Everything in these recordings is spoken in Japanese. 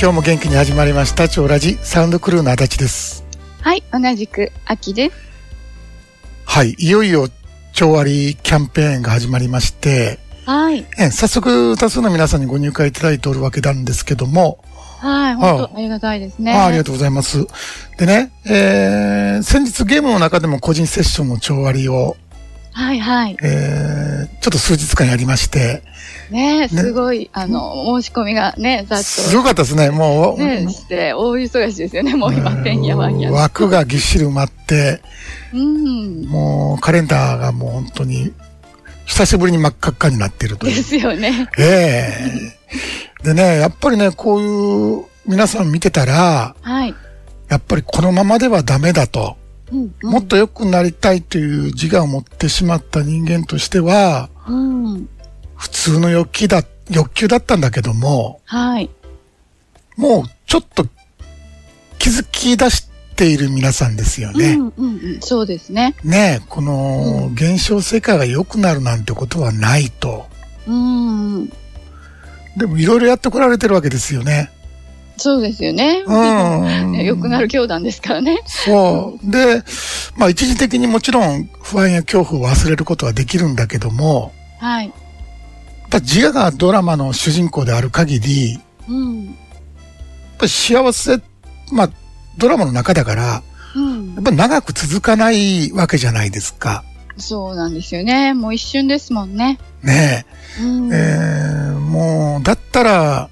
今日も元気に始まりました超ラジサウンドクルーの足立ですはい、同じく秋です。はいいよいよ超割キャンペーンが始まりましてはい、え早速多数の皆さんにご入会いただいておるわけなんですけども、はい、本当ありがたいですね。あありがとうございますでね、えー、先日ゲームの中でも個人セッションの超割を、はい、はい。えー、ちょっと数日間やりましてねすごい、あの、申し込みがね、ざっすごかったですねもと、う、ね、して、大忙しですよね、もう今、てんやわんや。枠がぎっしり埋まってうん。もうカレンダーがもう本当に久しぶりに真っ赤っかになっているとでいう。すよね。ええでね、やっぱりね、こういう皆さん見てたら、はい。やっぱりこのままではダメだと、うん、うんもっと良くなりたいという自我を持ってしまった人間としては、うん。普通の欲求だ、欲求だったんだけども、はい。もうちょっと気づき出している皆さんですよね。うん、うん、うん。そうですね。ねえ、この現象世界が良くなるなんてことはないと。うん。でもいろいろやってこられてるわけですよね。そうですよね。うん。良くなる教団ですからね。そう。で、まあ一時的にもちろん不安や恐怖を忘れることはできるんだけども、はい。やっぱ自我がドラマの主人公である限り、やっうん。ぱり幸せ、まあドラマの中だから、うんやっ。ぱり長く続かないわけじゃないですか。そうなんですよね。もう一瞬ですもんね。ねうんえ。えーもう、だったら、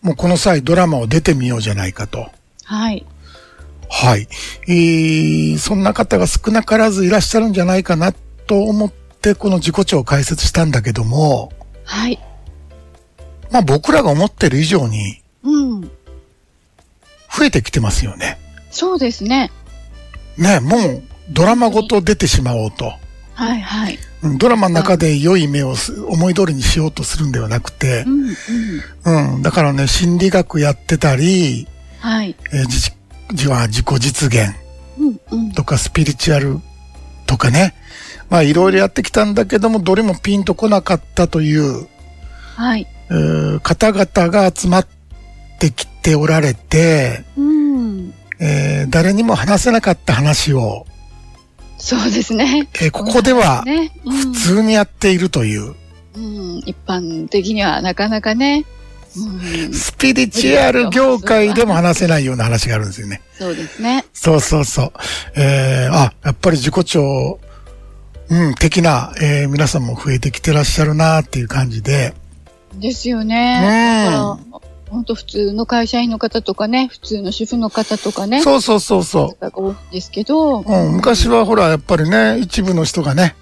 もうこの際ドラマを出てみようじゃないかと。はい。はい。えー、そんな方が少なからずいらっしゃるんじゃないかなと思って、この自己調を解説したんだけども、はい。まあ僕らが思ってる以上にうん。増えてきてますよね。そうですね。ね、もうドラマごと出てしまおうと。はいはい。うんドラマの中で良い目をす思い通りにしようとするんではなくてう、んうん。うん、だからね、心理学やってたり、はい。えー自自は自己実現うんうん。とかスピリチュアルとかね、まあいろいろやってきたんだけども、どれもピンとこなかったというはい。えー方々が集まってきておられて、うん。えー誰にも話せなかった話を、そうですね。えーここではね。うん普通にやっているという、うん。一般的にはなかなかね。うん。スピリチュアル業界でも話せないような話があるんですよね。そうですね。そうそうそう。えーあ、やっぱり自己調、うん、的な、えー皆さんも増えてきてらっしゃるなっていう感じで、ですようね。んだから本当普通の会社員の方とかね、普通の主婦の方とかね。そうそうそうそが多いんですけど、う。うん、昔はほら、やっぱりね、一部の人がね、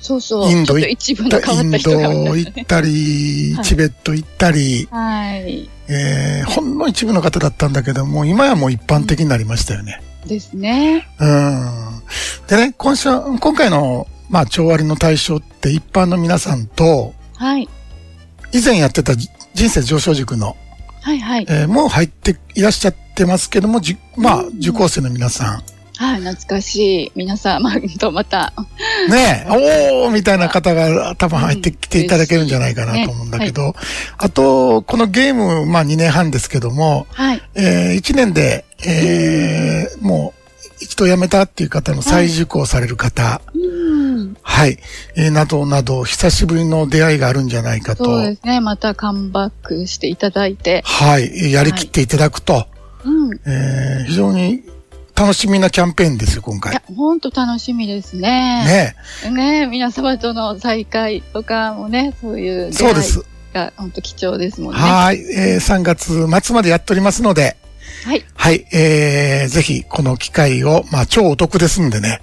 そうそう。インドちょっと一部の変イわっンたド人が多い。行ったり、はいチベット行ったり、はい。えー、ほんの一部の方だったんだけども、今やもう一般的になりましたよね。ですね。うん。でね、今週、今回の、まあ、調割の対象って一般の皆さんと、はい。以前やってたじ人生上昇塾の、はいはい。えーもう入っていらっしゃってますけども、じまあ、うん受講生の皆さん、はい、懐かしい。皆さん、 まあ、とまた、ねえ、おーみたいな方が多分入ってきていただけるんじゃないかなと思うんだけど、あと、このゲーム、まあ2年半ですけども、はい。え1年で、えーもう一度辞めたっていう方の再受講される方、うん。はい、えーなどなど、久しぶりの出会いがあるんじゃないかと、そうですね。またカムバックしていただいて。はい、やりきっていただくと、うん。いえー非常に楽しみなキャンペーンですよ、今回。や、ほんと楽しみですね。ねね皆様との再会とかもね、そういう出え、会そういです。が本当貴重ですもんね。ははい、えー3月末までやっておりますので、い。はい、えー、ぜひこの機会を、まあ超お得ですんでね、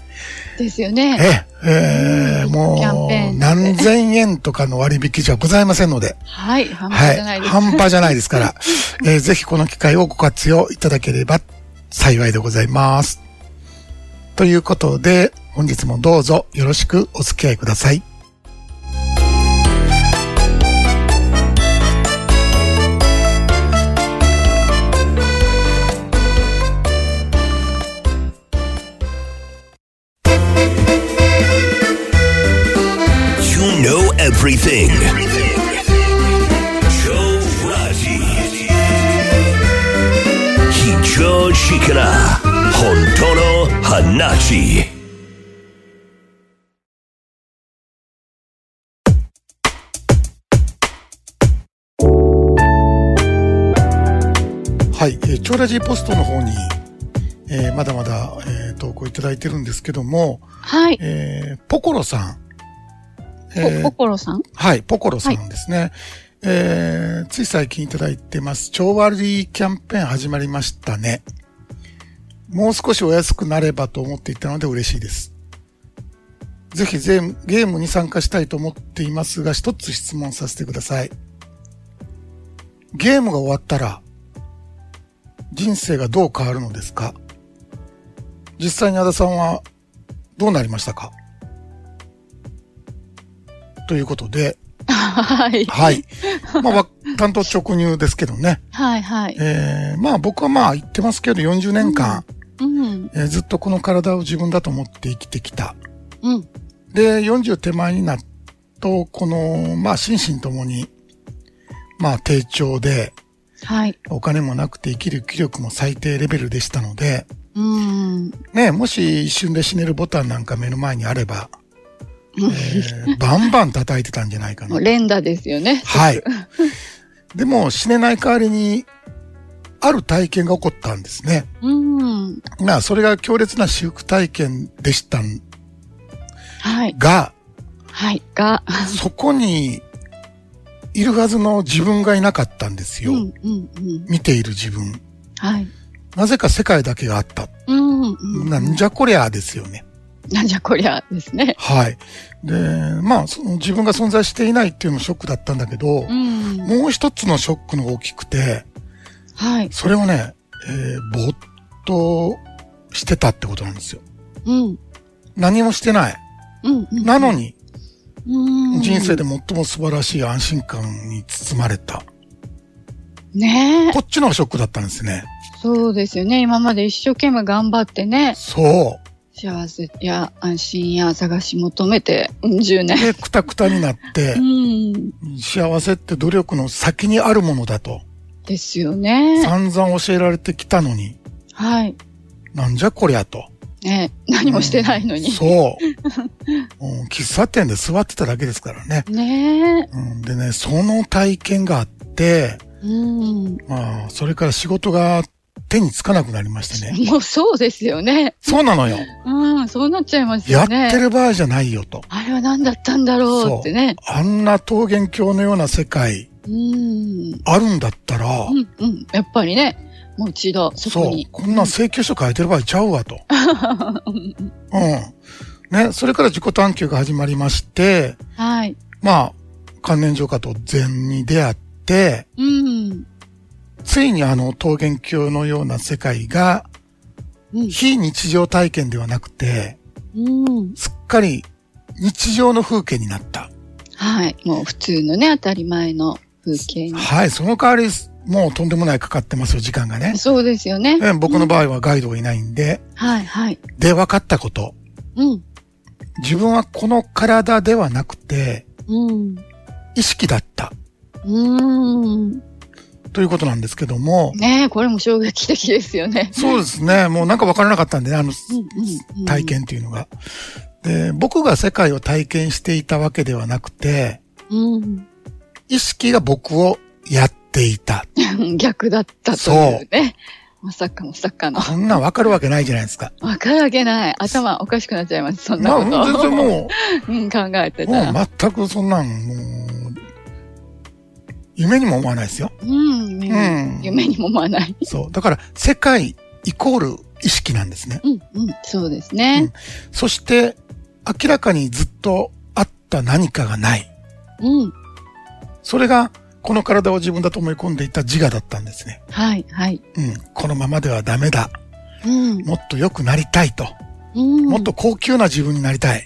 ですよね。えええーキャもンペーうン何千円とかの割引じゃございませんので、はい。半は端いじゃない、です。半端じゃないですから、 えーぜひこの機会をご活用いただければ幸いでございます。ということで、本日もどうぞよろしくお付き合いください。 You know everything. Joe Raji. 5時から本当の話はい、えー、超ラジポストの方に、えーまだまだ、えー投稿いただいてるんですけども、はい。えーポコロさん。えーポコロさんはい、ポコロさんですね。えー、つい最近いただいてます。超悪いキャンペーン始まりましたね。もう少しお安くなればと思っていたので嬉しいです。ぜひゼーゲームに参加したいと思っていますが、一つ質問させてください。ゲームが終わったら、人生がどう変わるのですか実際に和田さんはどうなりましたかということで、はい。はい。まあわ、担当直入ですけどね。はい、はい。えー、まあ僕はまあ言ってますけど40年間、うん。えーずっとこの体を自分だと思って生きてきた。うん。で、40手前になると、この、まあ心身ともに、まあ低調で、はい。お金もなくて生きる気力も最低レベルでしたので、うん。ね、もし一瞬で死ねるボタンなんか目の前にあれば、えーバンバン叩いてたんじゃないかもなう。連打ですよね。はい。 でも死ねない代わりに、ある体験が起こったんですね。うん。まあ、それが強烈な私服体験でしたんはい。 が、はい。が。そこに、いるはずの自分がいなかったんですうよ。ん。うん。うん。見ている自分。はい。なぜか世界だけがあった。うん。うん。なんじゃこりゃですよね。なんじゃこりゃですね。はい。で、まあ、その自分が存在していないっていうのもショックだったんだけど、うん。もう一つのショックの大きくて、はい。それをね、えー、ぼーっとしてたってことなんですよ。うん。何もしてない。うん。うんなのに、うん。人生で最も素晴らしい安心感に包まれた。ねえ。こっちの方がショックだったんですね。そうですよね。今まで一生懸命頑張ってね、そ幸せや安心や探し求めて、うん、10う。年。で、くたくたになってう、ん。幸せって努力の先にあるものだと、ですよね。散々教えられてきたのに、はい。なんじゃこりゃと。ねえ何もしてないのに。そう、うん喫茶店で座ってただけですからね。ねえ。うん、でね、その体験があって、うん。まあ、それから仕事が手につかなくなりましてね。もうそうですよね。そうなのよ。うん、そうなっちゃいますやよっね。てる場合じゃないよと。あれは何だったんだろうってね。あんな桃源郷のような世界うん。あるんだったらう、ん、うん。やっぱりね、もう一度、そそこうに。、こんな請求書書いてる場合ちゃうわと。うん。ね、それから自己探求が始まりまして、はい。まあ、関連浄化と禅に出会って、うん。ついにあの桃源郷のような世界が、うん。非日常体験ではなくて、うん。すっかり日常の風景になった。はい。もう普通のね、当たり前の風景に。はい、その代わり、もうとんでもないかかってますよ、時間がね。そうですよね。え僕の場合はガイドがいないんで、はい、はい。で、分かったこと。うん。自分はこの体ではなくて、うん。意識だった。うん。ということなんですけども、ねえ、これも衝撃的ですよね。そうですね。もうなんか分からなかったんでね、あの、うんうんうん体。験っていうのが。で、僕が世界を体験していたわけではなくて、うん。意識が僕をやっていた。逆だったというね。まさかまさかの。こんなん分かるわけないじゃないですか。わからげない。頭おかしくなっちゃいます、そんなまあ、こと。全然もうん、考えてう、たら。もう全くそんなん、もう、夢にも思わないですよ。うん、夢うんに夢にも思わない。そう。だから、世界イコール意識なんですね。うん、うん、そうですね。そして、明らかにずっとあった何かがない。うん。それが、この体を自分だと思い込んでいた自我だったんですね。はい、はい。うん。このままではダメだ。うん。もっと良くなりたいと。うんもっと高級な自分になりたい。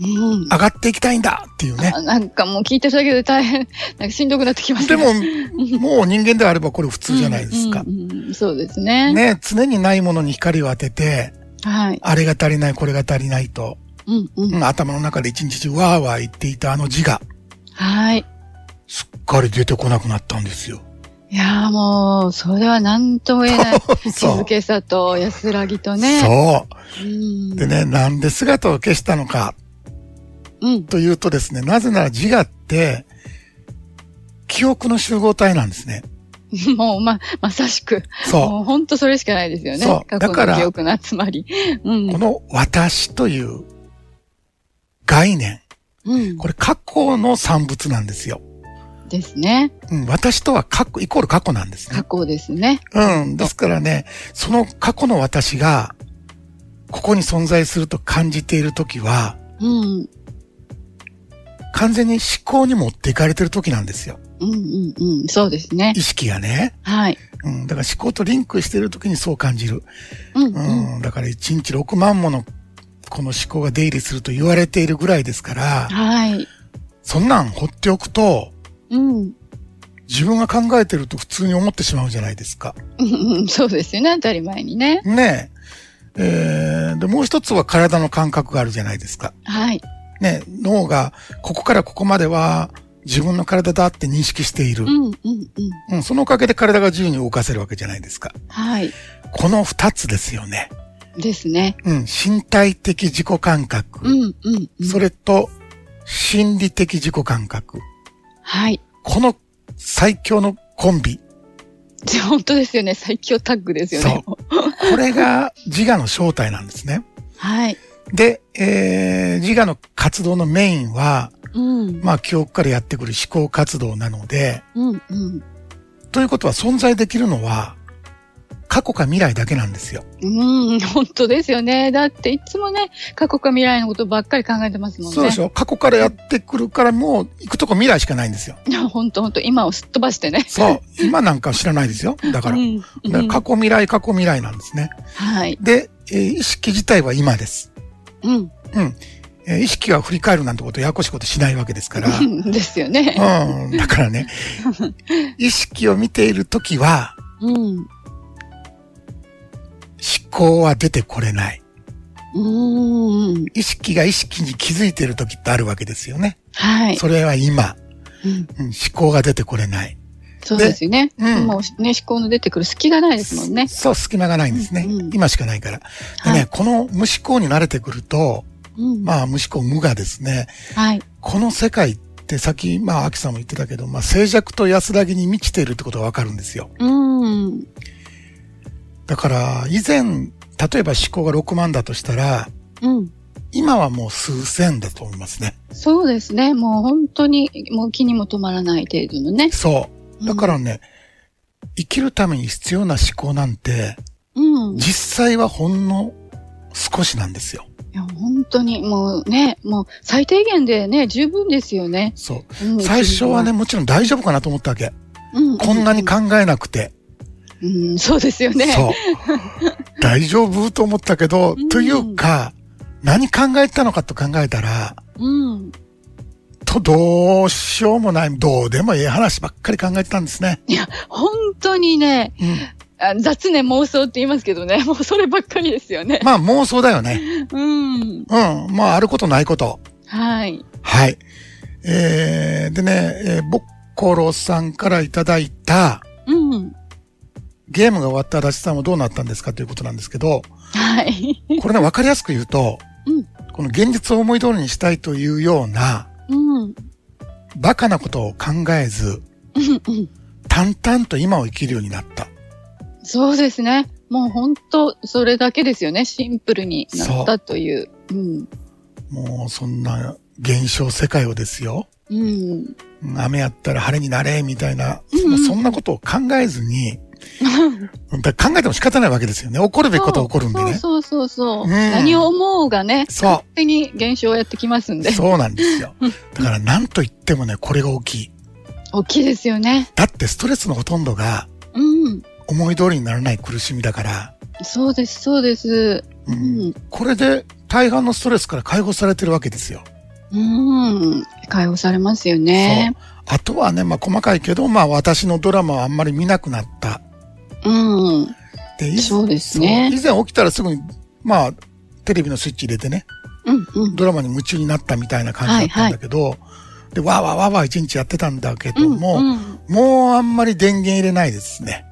うん。上がっていきたいんだっていうね。あなんかもう聞いてるだけで大変、なんかしんどくなってきますでね。 も、もう人間であればこれ普通じゃないですかう。んうんうんそうですね。ね、常にないものに光を当てて、はい。あれが足りない、これが足りないと、うんう。うんん頭の中で一日中わーわー言っていたあの自我、はい。すっかり出てこなくなったんですよ。いやーもう、それは何とも言えない。静けさと安らぎとね。そうう。ん。でね、なんで姿を消したのかうん。というとですね、なぜなら自我って、記憶の集合体なんですね。もう、ま、まさしく。そもう本当それしかないですよね。そう過だ去からの記憶の集まり。うう。こん。の私という概念。うん。これ過去の産物なんですよ。ですね。うん、私とは過去、イコール過去なんですね過。去ですね。うん。ですからね、その過去の私が、ここに存在すると感じているときは、うん。完全に思考に持っていかれてるときなんですよ。うんうんうん。そうですね。意識がね。はい。うん。だから思考とリンクしているときにそう感じる。うんうん。うん。だから1日6万もの、この思考が出入りすると言われているぐらいですから、はい。そんなん放っておくと、うん。自分が考えてると普通に思ってしまうじゃないですか。うんうんそうですよね。当たり前にね。ねえ。えー、で、もう一つは体の感覚があるじゃないですか。はい。ね、脳がここからここまでは自分の体だって認識しているう。んうんうん。うん、そのおかげで体が自由に動かせるわけじゃないですか。はい。この二つですよね。ですね。うん、身体的自己感覚。うんうんうん。それと、心理的自己感覚。はい。この最強のコンビ。じゃ本当ですよね。最強タッグですよね。これが自我の正体なんですね。はい。で、えー、自我の活動のメインは、うん。まあ、記憶からやってくる思考活動なので、うんうん。ということは存在できるのは、過去か未来だけなんですよ。うん、本当ですよね。だっていつもね、過去か未来のことばっかり考えてますもんね。そうでしょ過去からやってくるからもう行くとこ未来しかない んですよ。いや本当本当今をすっ飛ばしてね。そう。今なんか知らないですよ。だから。うだんうんから過去未来、過去未来なんですね。はい。で、えー意識自体は今です。うん。うん。えー意識は振り返るなんてことややこしいことしないわけで すから。ですよね。うん。だから ね、意識を見ているときは、うん。思考は出てこれない。うん。意識が意識に気づいているときってあるわけですよね。はい。それは今。うんうん、思考が出てこれない。そうですよね。うんもうね、思考の出てくる隙がないですもんね。そう、隙間がないんですね。うんうん今しかないから。ではね、い。この無思考に慣れてくると、うんまあ無思考無我ですね。はい。この世界ってさっき、まあ秋さんも言ってたけど、まあ静寂と安らぎに満ちているってことがわかるんですよ。うん。だから、以前、例えば思考が6万だとしたら、うん。今はもう数千だと思いますね。そうですね。もう本当に、もう気にも止まらない程度のね。そう。だからね、生きるために必要な思考なんて、うん。い実際はほんの少しなんですよ。や、本当に、もうね、もう最低限でね、十分ですよね。そう。うん最初はね、、もちろん大丈夫かなと思ったわけ。うこんなに考えなくて。うん、そうですよね。 そう。大丈夫と思ったけど、うんというか、何考えたのかと考えたら、うん。と、どうしようもない、どうでもいい話ばっかり考えてたんですね。本当にね、 うん、あ雑念妄想って言いますけどね、もうそればっかりですよね。まあ妄想だよね。うん。うん。まああることないこと。はい。はい。えー、でね、えー、ぼっころさんからいただいた、うん。ゲームが終わった足立さんはどうなったんですかということなんですけど、はい。これね、わかりやすく言うと、うんこの現実を思い通りにしたいというような、うん。バカなことを考えず、うんうん淡々と今を生きるようになった。そうですね。もう本当、それだけですよね。シンプルになったという。うん。もうそんな現象世界をですよ。うん。うん雨やったら晴れになれ、みたいな、うんうんもうそんなことを考えずに、だから考えても仕方ないわけですよね。起こるべきことは起こるんでそうね。そうそうそう。うん何を思うがね、そう勝手に現象をやってきますんで。そうなんですよ。だから何と言ってもね、これが大きい。大きいですよね。だってストレスのほとんどがうん。思い通りにならない苦しみだから、そうです、そうです。ううんん。これで大半のストレスから解放されてるわけですよ。うん。解放されますよね。そう。あとはね、まあ細かいけど、まあ私のドラマはあんまり見なくなった。うん。で、いそうですねそう以前起きたらすぐに、まあ、テレビのスイッチ入れてね、うん、うん。ドラマに夢中になったみたいな感じだったんだけど、で、わーわーわーわー一日やってたんだけうどん。も、うんもうあんまり電源入れないですね。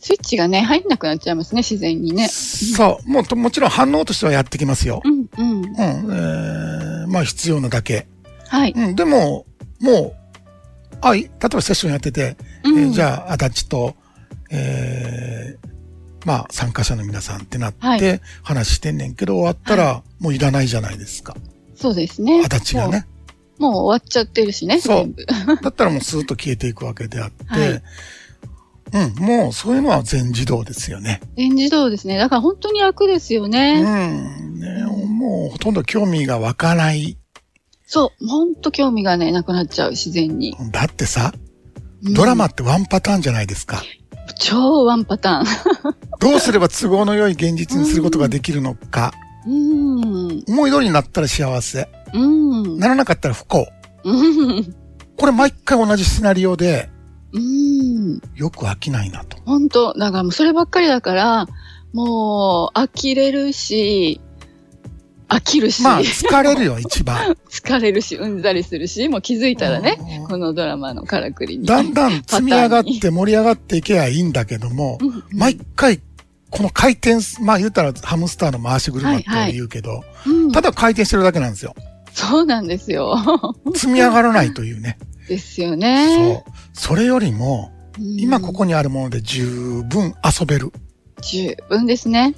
スイッチがね、入んなくなっちゃいますね、自然にね。そう。もうと、もちろん反応としてはやってきますよ。うん、うん。うん。えー、まあ必要なだけ。はい。うん。でも、もう、あ、い例えばセッションやってて、うんえーじゃあ、アダチと、えー、まあ参加者の皆さんってなっはて話してんねんけど、終わったらもういらないじゃないですか。そうですね。アダチがね。もう。もう終わっちゃってるしね、そう全部。 だったらもうスーッと消えていくわけであって、はいうん、もうそういうのは全自動ですよね。全自動ですね。だから本当に楽ですようね。ん、ね、もうほとんど興味が湧かない。そう。本当興味がね、なくなっちゃう、自然に。だってさ、うんドラマってワンパターンじゃないですか。超ワンパタどうすれば都合の良い現実にすることができるのか。ーン。うん。思い通りになったら幸せ。うん。ならなかったら不幸。うん。これ毎回同じシナリオで、 うん。よく飽きない なと。本当だからもうそればっかりだから、もう、呆れるし、飽きるし、まあ、疲れるよ、一番。疲れるし、うんざりするし、もう気づいたらね、うんこのドラマのからくりに。だんだん積み上がっパて盛り上がっていけばいいんだけども、うんうん毎回、この回転す、まあ言うたらハムスターの回し車ってはいはい言うけど、うんただ回転してるだけなんですよ。そうなんですよ。積み上がらないというね。ですよそうね。。それよりも、うん今ここにあるもので十分遊べる。十分ですね。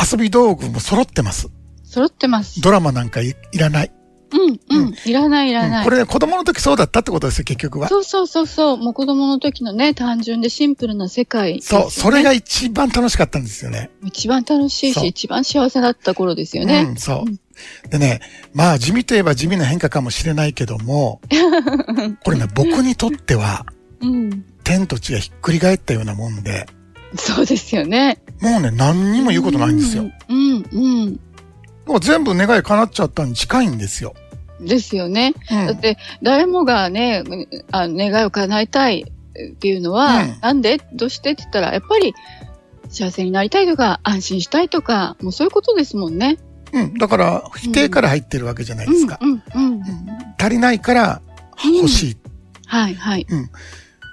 遊び道具も揃ってます。揃ってます。ドラマなんかいいらない。うん、うん。いらない、いらうなんい。これね、子供の時そうだったってことですよ、結局は。そうそうそうそう。もう子供の時のね、単純でシンプルな世界、そう、それ。が一番楽しかったんですよね。一番楽しいそうし、一番幸せだった頃ですようね。ん、そう。でね、まあ地味といえば地味な変化かもしれないけど も、これね、僕にとっては、うん。天と地がひっくり返ったようなもんで、そうですよね。もうね、何にも言うことないんですよ。うん、うん、もう全部願い叶っちゃったに近いんですよ。うん。ですよね。うだっん。て、誰もがね、あの願いを叶えたいっていうのは、うんなんでどうしてって言ったら、やっぱり、幸せになりたいとか、安心したいとか、もうそういうことですもんね。うん。だから、否定から入ってるわけじゃないですか。うん、うん、うん。うん足りないからうん欲しい。はい、はい。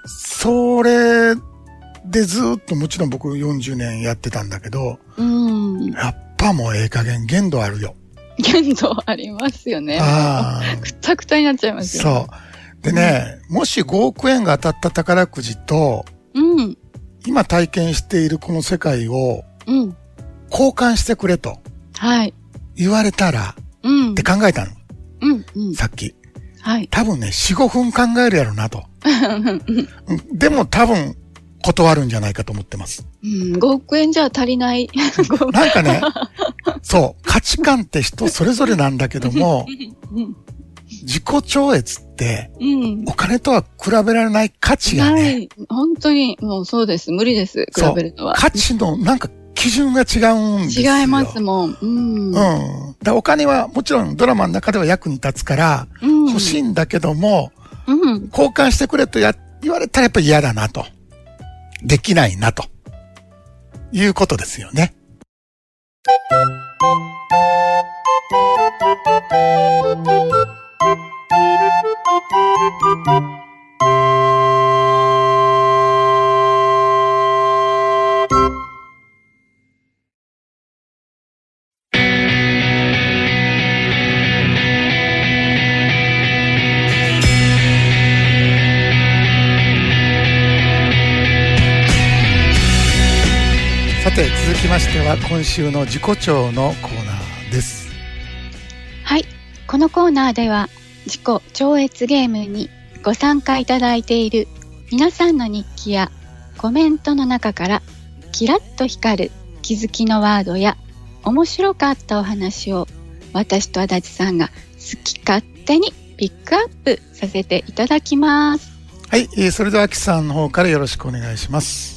それでずっともちろん僕40年やってたんだけど、うん。やっぱもうええ加減限度あるよ。限度ありますよね。ああ。くたくたになっちゃいますよ。そう。でね、もし5億円が当たった宝くじと、うん、今体験しているこの世界をうん。交換してくれとはい。言われたら、うんって。考えたの、うん、うん。さっき。はい。多分ね、4、5分考えるやろなと。 うんでも多分、断るんじゃないかと思ってます。うん、5億円じゃ足りない。5億 なんかね、そう、価値観って人それぞれなんだけど も、うん自己超越ってうん。お金とは比べられない価値がなね、い。本当に、もうそうです。無理です。比そうべるのは。価値のなんか基準が違うんですよ。違いますもん。うん。うん。だからお金はもちろんドラマの中では役に立つからうん、欲しいい。んだけども、うん。交換してくれとや言われたらやっぱり嫌だなと。できないなと。いうことですよね。さて続きましては今週の自己調のコーナーです。はい、このコーナーでは自己超越ゲームにご参加いただいている皆さんの日記やコメントの中からキラッと光る気づきのワードや面白かったお話を私と足立さんが好き勝手にピックアップさせていただきます。はい、えーそれでは秋さんの方からよろしくお願いします。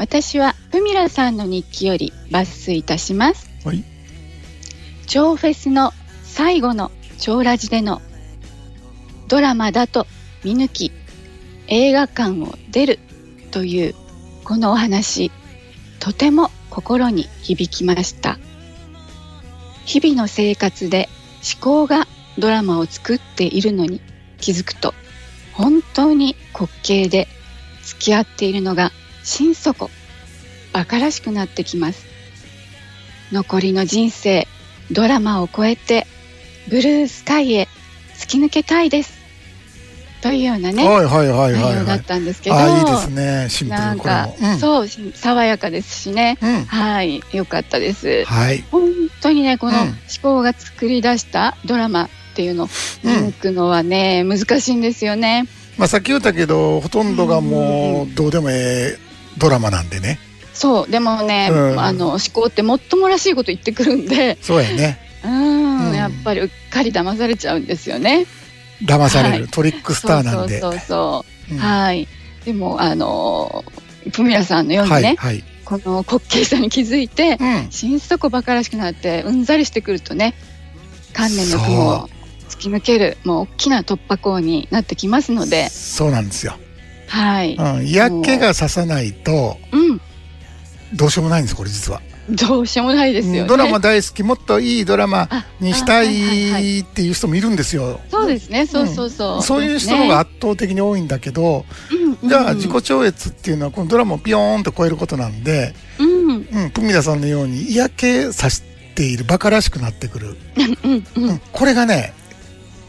私はふみらさんの日記より抜粋いたします。はい。超フェスの最後の超ラジでのドラマだと見抜き映画館を出るというこのお話とても心に響きました日々の生活で思考がドラマを作っているのに気づくと本当に滑稽で付き合っているのが心底馬鹿らしくなってきます残りの人生ドラマを超えてブルースカイへ突き抜けたいですというようなねはいはいはいは内い容だはっい。たんですけどああ、いいですね。シンプルなんにこれかも。、うんそうし爽やかですしねうん。はい良かったですはい。本当にねこのうん思考が作り出したドラマっていうのをうん描くのはね難しいんですよねまあ、さっき言ったけど、ほとんどがもう、どうでもええドラマなんでね。そうでもね、うんあの思考ってもっともらしいこと言ってくるんでそうやね。うーん、うんん、やっぱりうっかり騙されちゃうんですよね騙されはる。トリックスターなんで。そうそうそううそう、んはいでもあのプミラさんのようにね、はい。はい。この滑稽さに気づいてうん。心底バカらしくなってうんざりしてくるとね観念の雲そを突き抜けるもう大きな突破口になってきますのでそうなんですよ。はい、うん。嫌気がささないと、うん、どうしようもないんです、これ実は。どうしようもないですよね、ドラマ大好き、もっといいドラマあにしたあはいはいはいいっていう人もいるんですよ。そうですねそうそうそう、そういう人の方が圧倒的に多いんだけど、じゃあ自己超越っていうのはこのドラマをピヨーンと超えることなんで、うんうんうん、プミダさんのように嫌気さしているバカらしくなってくる、うんうんうん、これがね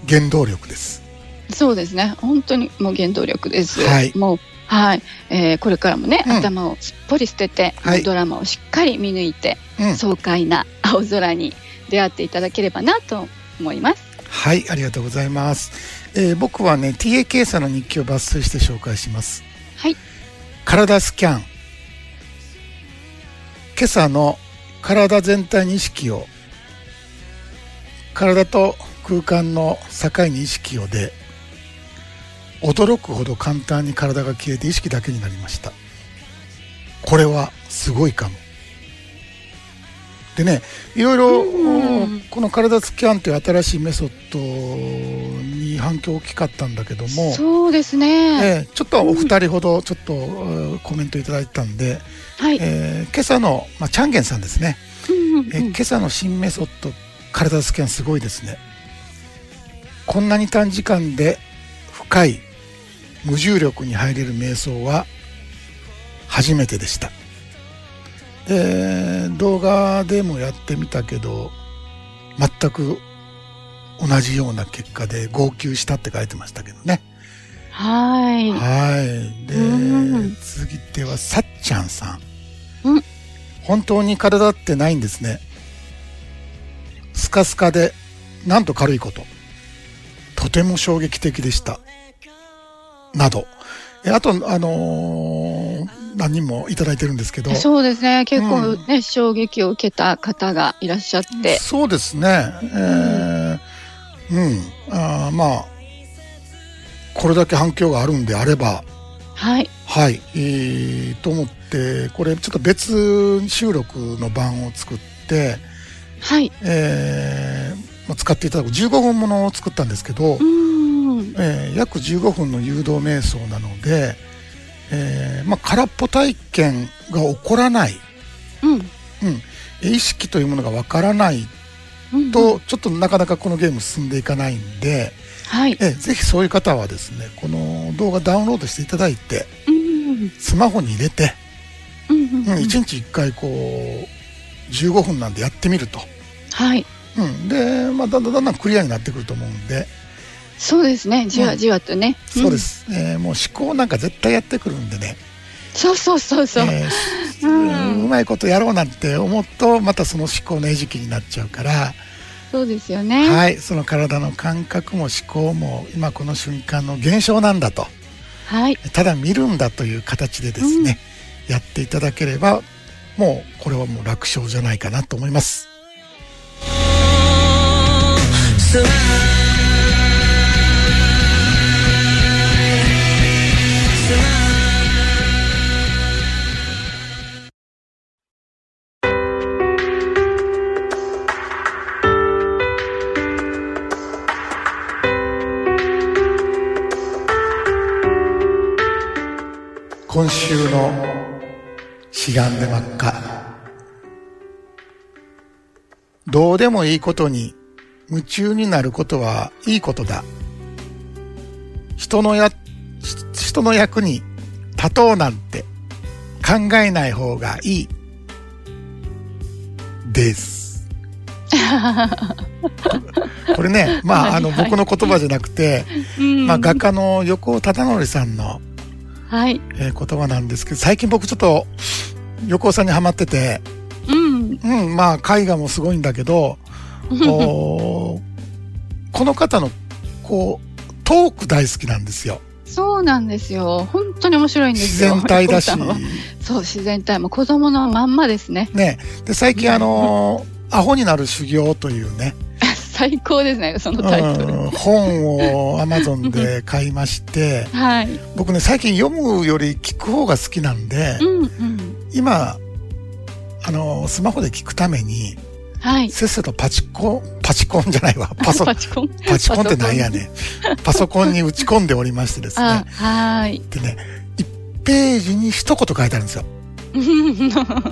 原動力ですそうですね本当にもう原動力です、はいもうはい、えーこれからもね、うん頭をすっぽり捨てて、はいもうドラマをしっかり見抜いて、うん爽快な青空に出会っていただければなと思いますはいありがとうございます、えー僕はね TAK さんの日記を抜粋して紹介しますはい体スキャン今朝の体全体に意識を体と空間の境に意識をで驚くほど簡単に体が消えて意識だけになりましたこれはすごいかもでねいろいろうんこの体スキャンという新しいメソッドに反響大きかったんだけどもそうですね、ええちょっとお二人ほどちょっと、えーコメントいただいたんで、はい、えー今朝の、まあ、チャンゲンさんですね、うんうんえー今朝の新メソッド体スキャンすごいですねこんなに短時間で深い無重力に入れる瞑想は初めてでしたで動画でもやってみたけど全く同じような結果で号泣したって書いてましたけどね はいはい。うでん、次では、さっちゃんさん。うん本当に体ってないんですね。スカスカで、なんと軽いこと。とても衝撃的でした。など。えあと、あのー何人もいただいてるんですけど。そうですね結構うね、衝撃を受けた方がいらっしゃってそうですね。えーうん。あーまあ、これだけ反響があるんであれば、はいはい、えーと思ってこれちょっと別収録の版を作って、はいえーまあ、使っていただく15分ものを作ったんですけど、うんえー約15分の誘導瞑想なので、えーまあ、空っぽ体験が起こらない、うんうん、意識というものがわからないうんとちょっとなかなかこのゲーム進んでいかないんで、はい、えーぜひそういう方はですねこの動画ダウンロードしていただいてうんスマホに入れてうんうんうん、うん1日1回こう15分なんでやってみると、はいうん、で、まあ、だんだんだんだんクリアになってくると思うんで、そうですねじわじわとね、そうです、えーもう思考なんか絶対やってくるんでね、そうそうそうそう。えーうんうまいことやろうなんて思うとまたその思考の餌食になっちゃうから、そうですよね。はい。はい、その体の感覚も思考も今この瞬間の現象なんだとただ見るんだという形でですね、やっていただければもうこれはもう楽勝じゃないかなと思います。今週の志願で真っ赤どうでもいいことに夢中になることはいいことだ。人のや、人の役に立とうなんて考えない方がいい。です。 これね、まあ、あの、はいはい僕の言葉じゃなくて、うんまあ、画家の横尾忠則さんの、はい。えー言葉なんですけど、最近僕ちょっと、横尾さんにハマってて、うん。うん、まあ、絵画もすごいんだけど、 おーこの方の、こう、トーク大好きなんですよ。そうなんですよ。本当に面白いんで自すよ。然体だし お。父さんはそう、自然体。もう子供のまんまですね。 ね。で、最近あのーアホになる修行というね、最高ですね、そのタイトル。うん、本を Amazon で買いまして、はい。僕ね、最近読むより聞く方が好きなんで、うんうん。今、あのースマホで聞くために、はい。せっせとパチコン、パチコンじゃない わ、パソ、パチコン。パチコンってなんやねん。パソコンに打ち込んでおりましてですね。あ、はーい。でね、1ページに一言書いてあるんです よ。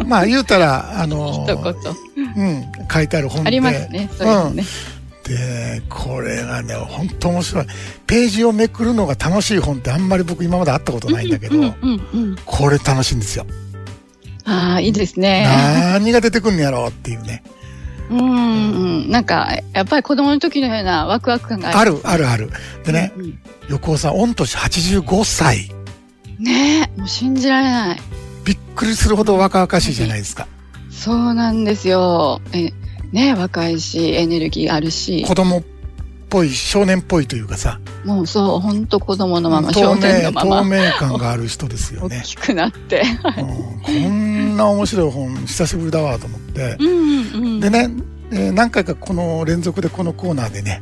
まあ言うたら、あの一言。うん、書いてある本で。ありますね。そうですね。で、これがね、本当面白い。ページをめくるのが楽しい本ってあんまり僕今まで会ったことないんだけど、うんうんうん。これ楽しいんですよ。ああ、いいですね。何が出てくるんのやろうっていうね。うんうん。なんか、やっぱり子供の時のようなワクワク感があある。る、ある、ある。でね、うんうん。横尾さん、御年85歳。ねえ、もう信じられない。びっくりするほど若々しいじゃないですか。そうなんですよ。え、ねえ、若いし、エネルギーあるし、子供っぽい、少年っぽいというかさ、もうそう、ほんと子供のまま、透少年の明、ま透ま、明感がある人ですよ大 ね。きくなって。うんこんな面白い本久しぶりだわと思ってう、んうんうん。でね、えー何回かこの連続でこのコーナーでね、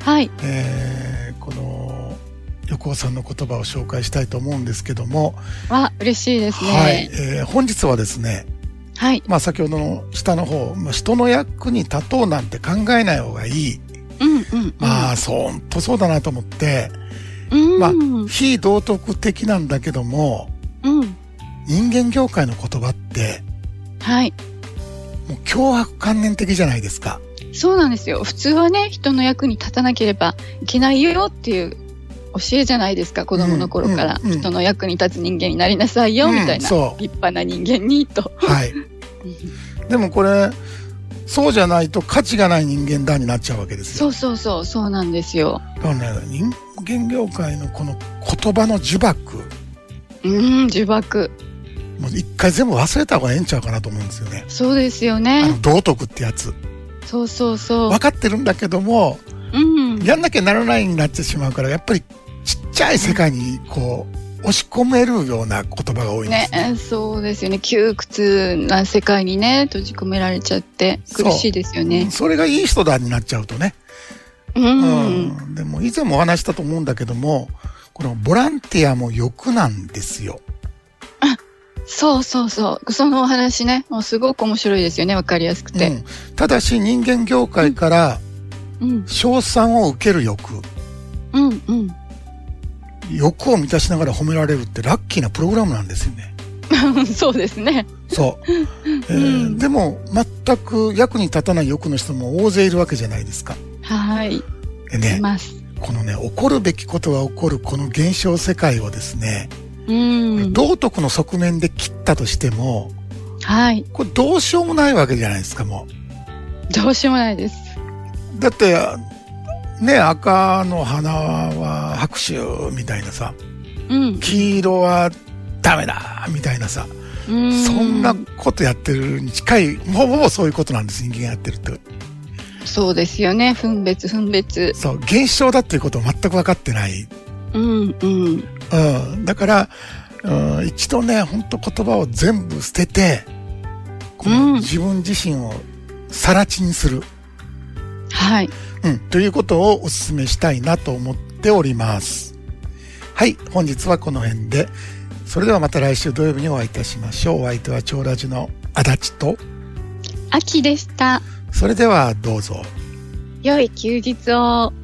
はい。えーこの横尾さんの言葉を紹介したいと思うんですけども、わ、嬉しいですはいね。えー本日はですね、はい。まあ、先ほどの下の方、まあ、人の役に立とうなんて考えない方がいい、うんうんうん。まあそうほんとそうだなと思って、うん。まあうん。非道徳的なんだけども人間業界の言葉ってはい。もう脅迫観念的じゃないですか。そうなんですよ。普通はね、人の役に立たなければいけないよっていう教えじゃないですか、子供の頃から。うんうんうん人の役に立つ人間になりなさいよ、みたういんな。そ立派な人間に、と。う。はい。でもこれ、そうじゃないと価値がない人間だになっちゃうわけですよ。そうそうそう、そうなんですよ。だからね、人間業界のこの言葉の呪縛、うん、呪縛。もう一回全部忘れた方がええんちゃうかなと思うんですよね。そうですよあね。の、道徳ってやつ。そうそうそ分かってるんだけども、う。うん。やんなきゃならないになってしまうから、やっぱりちっちゃい世界にこう、押し込めるような言葉が多いんでねすね。、そうですよね。窮屈な世界にね、閉じ込められちゃって、そう苦しいですよね。それがいい人だになっちゃうとね。うん。うんでも以前もお話したと思うんだけども、このボランティアも欲なんですよ。そうそうそう。そのお話ね、もうすごく面白いですよね。わかりやすくうて。ん、ただし人間業界からうん。賞賛を受ける欲、うん。うん。欲を満たしながら褒められるってラッキーなプログラムなんですよね。 そうですね。そう。えーうんでも全く役に立たない欲の人も大勢いるわけじゃないですか。はい。でいね、ます。このね、起こるべきことが起こるこの現象世界をですね、うん。道徳の側面で切ったとしても、はい。これどうしようもないわけじゃないですか、もう。どうしようもないです。だってね赤の花は拍手みたいなさうん。黄色はダメだみたいなさ、うんそんなことやってるに近いほぼほぼそういうことなんです人間やってるってそうですよね。分別、分別。そう現象だっていうことを全く分かってない、うん。うん。うん、だから、うん、一度ね本当言葉を全部捨ててこうんの自分自身をさらちにする、はい。うん、ということをお勧めしたいなと思っております。はい、本日はこの辺で。それではまた来週土曜日にお会いいたしましょう。お相手は長ラジの足立と、秋でした。それではどうぞ。良い休日を。